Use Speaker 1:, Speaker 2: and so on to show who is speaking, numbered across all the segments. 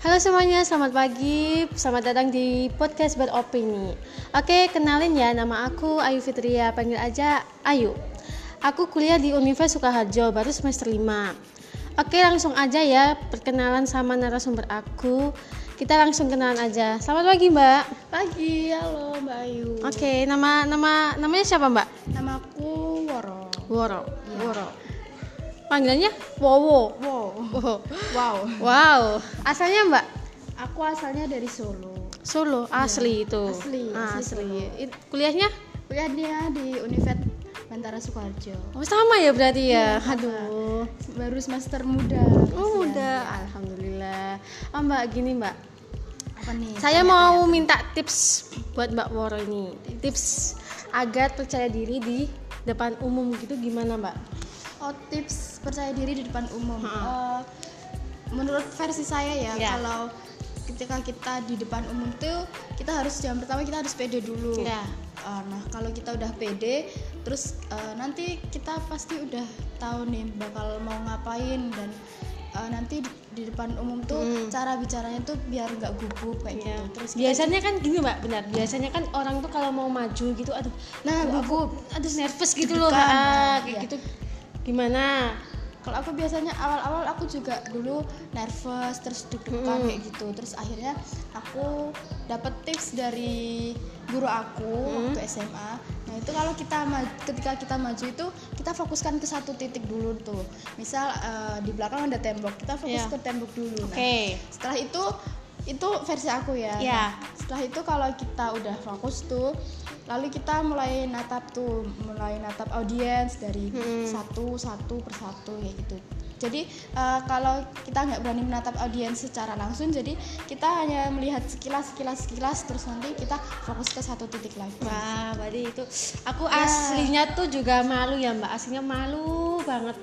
Speaker 1: Halo semuanya, selamat pagi. Selamat datang di podcast beropini. Oke, kenalin ya, nama aku Ayu Fitria, panggil aja Ayu. Aku kuliah di Universitas Sukaharjo, baru semester 5. Oke, langsung aja ya perkenalan sama narasumber aku. Kita langsung kenalan aja. Selamat pagi, Mbak.
Speaker 2: Pagi, halo Mbak Ayu.
Speaker 1: Oke, nama nama namanya siapa, Mbak?
Speaker 2: Nama aku Woro.
Speaker 1: Woro. Woro. Panggilannya Wowo.
Speaker 2: Wow,
Speaker 1: Wow.
Speaker 2: wow.
Speaker 1: Wow. Asalnya, Mbak?
Speaker 2: Aku asalnya dari Solo.
Speaker 1: Solo asli itu.
Speaker 2: Asli,
Speaker 1: Ah,
Speaker 2: asli
Speaker 1: asli. I- Kuliahnya?
Speaker 2: Kuliahnya di Universitas Bantara Sukoharjo.
Speaker 1: Oh, sama ya berarti ya.
Speaker 2: Iya, sama.
Speaker 1: Aduh.
Speaker 2: Baru semester muda.
Speaker 1: Oh,
Speaker 2: Kasihan.
Speaker 1: udah. Alhamdulillah. Oh, Mbak gini, Mbak.
Speaker 2: Apa nih?
Speaker 1: Saya mau minta tips buat Mbak Woro ini. Tips agar percaya diri di depan umum gitu gimana, Mbak?
Speaker 2: Oh, tips percaya diri di depan umum.
Speaker 1: Ha-ha.
Speaker 2: Eh, menurut versi saya ya,
Speaker 1: Iya.
Speaker 2: kalau ketika kita di depan umum tuh kita harus yang pertama kita harus pede dulu.
Speaker 1: Iya.
Speaker 2: Eh, nah, kalau kita udah pede, terus eh, nanti kita pasti udah tahu nih bakal mau ngapain dan eh, nanti di, di depan umum tuh
Speaker 1: Mm.
Speaker 2: cara bicaranya tuh biar nggak gugup
Speaker 1: Ya.
Speaker 2: kayak gitu. Terus kita-
Speaker 1: biasanya kan gini, Mbak, benar. Biasanya kan orang tuh kalau mau maju gitu aduh,
Speaker 2: nah gugup.
Speaker 1: aku aduh nervous gitu loh.
Speaker 2: Deg-degan.
Speaker 1: ah, kayak
Speaker 2: Iya. Nah.
Speaker 1: gitu. Gimana?
Speaker 2: kalau aku biasanya awal-awal aku juga dulu nervous terus deg-degan
Speaker 1: Mm-mm.
Speaker 2: kayak gitu terus akhirnya aku dapet tips dari guru aku waktu SMA nah itu kalau kita ma- ketika kita maju itu kita fokuskan ke satu titik dulu tuh misal eh, di belakang ada tembok kita fokus
Speaker 1: Iya.
Speaker 2: ke tembok dulu
Speaker 1: Oke.
Speaker 2: Nah, setelah itu itu versi aku ya
Speaker 1: Iya.
Speaker 2: Nah, setelah itu kalau kita udah fokus tuh lalu kita mulai natap tuh mulai natap audiens dari
Speaker 1: Mm-mm.
Speaker 2: satu satu persatu kayak gitu jadi eh, kalau kita nggak berani menatap audiens secara langsung jadi kita hanya melihat sekilas sekilas sekilas terus nanti kita fokus ke satu titik lagi
Speaker 1: Wah, berarti itu aku
Speaker 2: Ya.
Speaker 1: aslinya tuh juga malu ya Mbak. Aslinya malu banget.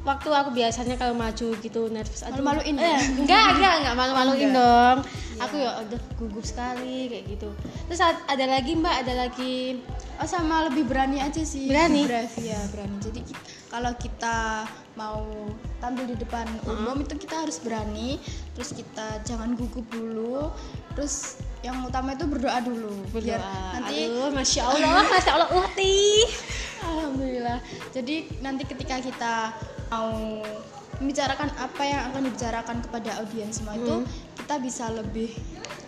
Speaker 1: Waktu aku biasanya kalau maju gitu nervous aduh.
Speaker 2: Malu-maluin ya?
Speaker 1: Eh, enggak, enggak, enggak malu-maluin dong.
Speaker 2: Ya.
Speaker 1: Aku ya udah gugup sekali kayak gitu. Terus ad- ada lagi Mbak, ada lagi
Speaker 2: Oh sama lebih berani aja sih.
Speaker 1: Berani?
Speaker 2: Brave ya berani. Jadi ki- kalau kita mau tampil di depan umum itu kita harus berani. Terus kita jangan gugup dulu. Terus yang utama itu berdoa dulu.
Speaker 1: berdoa.
Speaker 2: nanti
Speaker 1: Aduh, Masya Ya Allah, Masya Allah, uh, Uti.
Speaker 2: Alhamdulillah. Jadi nanti ketika kita mau membicarakan apa yang akan dibicarakan kepada audiens semua itu
Speaker 1: Hmm.
Speaker 2: kita bisa lebih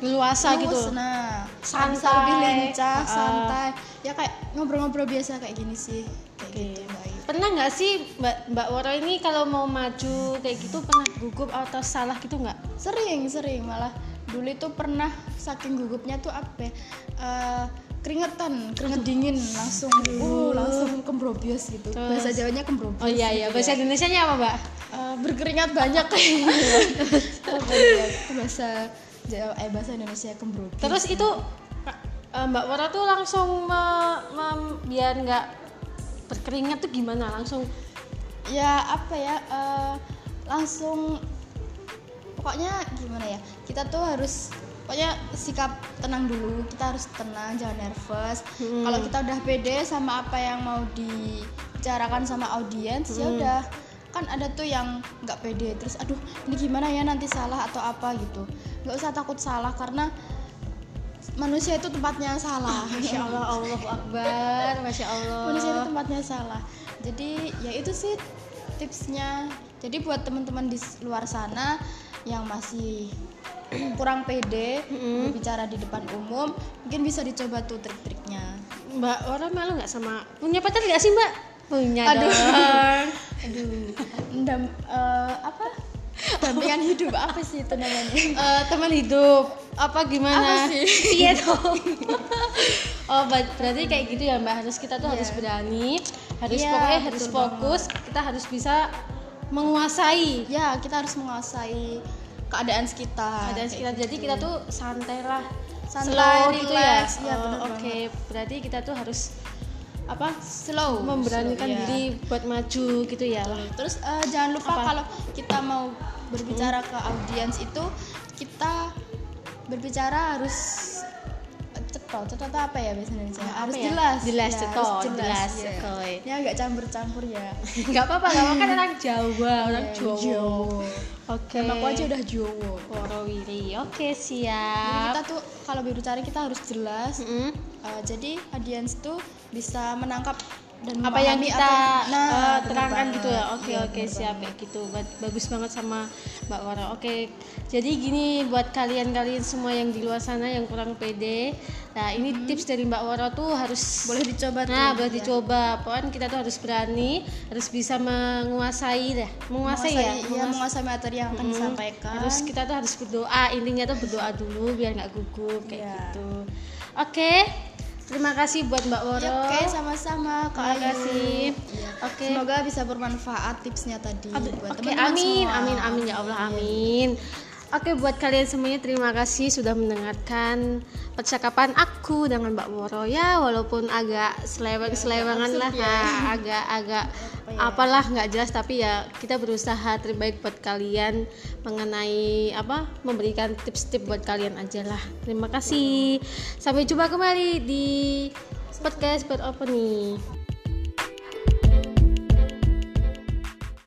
Speaker 1: Luasa gitu.
Speaker 2: Luwes, nah
Speaker 1: Santai.
Speaker 2: bisa lebih lincah
Speaker 1: Ah.
Speaker 2: santai ya kayak ngobrol-ngobrol biasa kayak gini sih kayak
Speaker 1: Oke.
Speaker 2: gitu Mbak Ayu.
Speaker 1: Pernah nggak sih Mbak Mbak Woro ini kalau mau maju kayak gitu pernah gugup atau salah gitu nggak?
Speaker 2: sering sering malah dulu itu pernah saking gugupnya tuh apa ya, eh, keringetan keringet dingin langsung uh langsung kembrobios gitu
Speaker 1: Terus.
Speaker 2: bahasa jawanya kembrobios
Speaker 1: Oh iya iya, bahasa Indonesia nya apa Mbak?
Speaker 2: Eh, berkeringat banyak bahasa Jawa, eh bahasa Indonesia kembrobios
Speaker 1: Terus itu eh, Mbak Wara tuh langsung me- mem- biar nggak berkeringat tuh gimana? Langsung
Speaker 2: ya apa ya eh, langsung pokoknya gimana ya kita tuh harus pokoknya sikap tenang dulu kita harus tenang jangan nervous
Speaker 1: Hmm.
Speaker 2: kalau kita udah pede sama apa yang mau dibicarakan sama audiens ya udah kan ada tuh yang nggak pede terus aduh ini gimana ya nanti salah atau apa gitu nggak usah takut salah karena manusia itu tempatnya salah
Speaker 1: Masya "Ya Allah, Allahu Akbar, Masya Allah.
Speaker 2: manusia itu tempatnya salah jadi ya itu sih tipsnya jadi buat teman-teman di s- luar sana yang masih kurang pede
Speaker 1: Mm-mm.
Speaker 2: berbicara di depan umum mungkin bisa dicoba tuh trik-triknya
Speaker 1: Mbak Wara malu nggak sama punya pacar nggak sih Mbak? Punya
Speaker 2: Aduh.
Speaker 1: dong.
Speaker 2: aduh Ndam, eh, apa dampingan hidup apa sih itu namanya
Speaker 1: Eh, teman hidup apa gimana?
Speaker 2: Apa sih?
Speaker 1: iya dong. oh ber- berarti kayak gitu ya Mbak. Harus kita tuh
Speaker 2: Iya.
Speaker 1: harus berani, harus
Speaker 2: Iya,
Speaker 1: pokoknya
Speaker 2: betul
Speaker 1: harus
Speaker 2: banget.
Speaker 1: fokus. Kita harus bisa menguasai
Speaker 2: ya kita harus menguasai keadaan sekitar
Speaker 1: ada Ah, sekitar jadi kita tuh santai lah
Speaker 2: Santai,
Speaker 1: gitu
Speaker 2: relax.
Speaker 1: ya
Speaker 2: Iya,
Speaker 1: Oh,
Speaker 2: bener
Speaker 1: oke berarti kita tuh harus apa
Speaker 2: slow
Speaker 1: memberanikan
Speaker 2: slow, ya.
Speaker 1: diri buat maju gitu ya Wah,
Speaker 2: Terus eh, jangan lupa
Speaker 1: Apa?
Speaker 2: kalau kita mau berbicara ke audiens itu kita berbicara harus cep- toh cetol tuh apa ya bahasa Indonesia
Speaker 1: Apa
Speaker 2: harus
Speaker 1: ya?
Speaker 2: jelas
Speaker 1: Jelas
Speaker 2: Ya,
Speaker 1: cetol,
Speaker 2: harus
Speaker 1: jelas,
Speaker 2: ya.
Speaker 1: oke.
Speaker 2: ya nggak campur-campur ya
Speaker 1: nggak apa-apa nggak apa kan orang Jawa orang
Speaker 2: Ya,
Speaker 1: Jawa Eh. Ah.
Speaker 2: Jawa.
Speaker 1: oke
Speaker 2: Nama aku aja udah Jowo
Speaker 1: Woro-wiri. oke
Speaker 2: Jadi
Speaker 1: siap
Speaker 2: kita tuh kalau berbicara kita harus jelas
Speaker 1: Mm-mm.
Speaker 2: Uh, jadi audiens tuh bisa menangkap dan
Speaker 1: apa yang
Speaker 2: memahami
Speaker 1: kita
Speaker 2: apa yang- Nah,
Speaker 1: eh,
Speaker 2: bener
Speaker 1: terangkan
Speaker 2: banget.
Speaker 1: gitu ya oke
Speaker 2: Iya,
Speaker 1: oke
Speaker 2: bener
Speaker 1: siap
Speaker 2: banget.
Speaker 1: kayak gitu Ba- bagus banget sama mbak Wara oke jadi gini buat kalian kalian semua yang di luar sana yang kurang pede nah ini tips dari mbak Wara tuh harus
Speaker 2: Mm-hmm. Boleh dicoba tuh.
Speaker 1: nah boleh
Speaker 2: Iya.
Speaker 1: dicoba pokoknya kita tuh harus berani harus bisa menguasai dah menguasai, ya
Speaker 2: iya, Kan?
Speaker 1: Menguas-
Speaker 2: menguasai materi yang akan
Speaker 1: Mm,
Speaker 2: disampaikan.
Speaker 1: Terus kita tuh harus berdoa, intinya tuh berdoa dulu biar nggak gugup kayak
Speaker 2: Iya.
Speaker 1: gitu. Oke. Terima kasih buat Mbak Woro.
Speaker 2: Ya, Oke, sama-sama Kak
Speaker 1: Terima
Speaker 2: Ayu.
Speaker 1: kasih.
Speaker 2: Iya.
Speaker 1: Oke.
Speaker 2: Semoga bisa bermanfaat tipsnya tadi
Speaker 1: Aduh,
Speaker 2: buat
Speaker 1: Oke,
Speaker 2: teman-teman
Speaker 1: amin,
Speaker 2: semua.
Speaker 1: amin, amin ya Allah, amin. Oke, buat kalian semuanya terima kasih sudah mendengarkan percakapan aku dengan Mbak Woro ya, walaupun agak seleweng-selewengan lah,
Speaker 2: absurd ya.
Speaker 1: nah, agak-agak
Speaker 2: ya?
Speaker 1: apalah nggak jelas tapi ya kita berusaha terbaik buat kalian mengenai apa memberikan tips-tips buat kalian aja lah. Terima kasih. Sampai jumpa kembali di podcast beropening.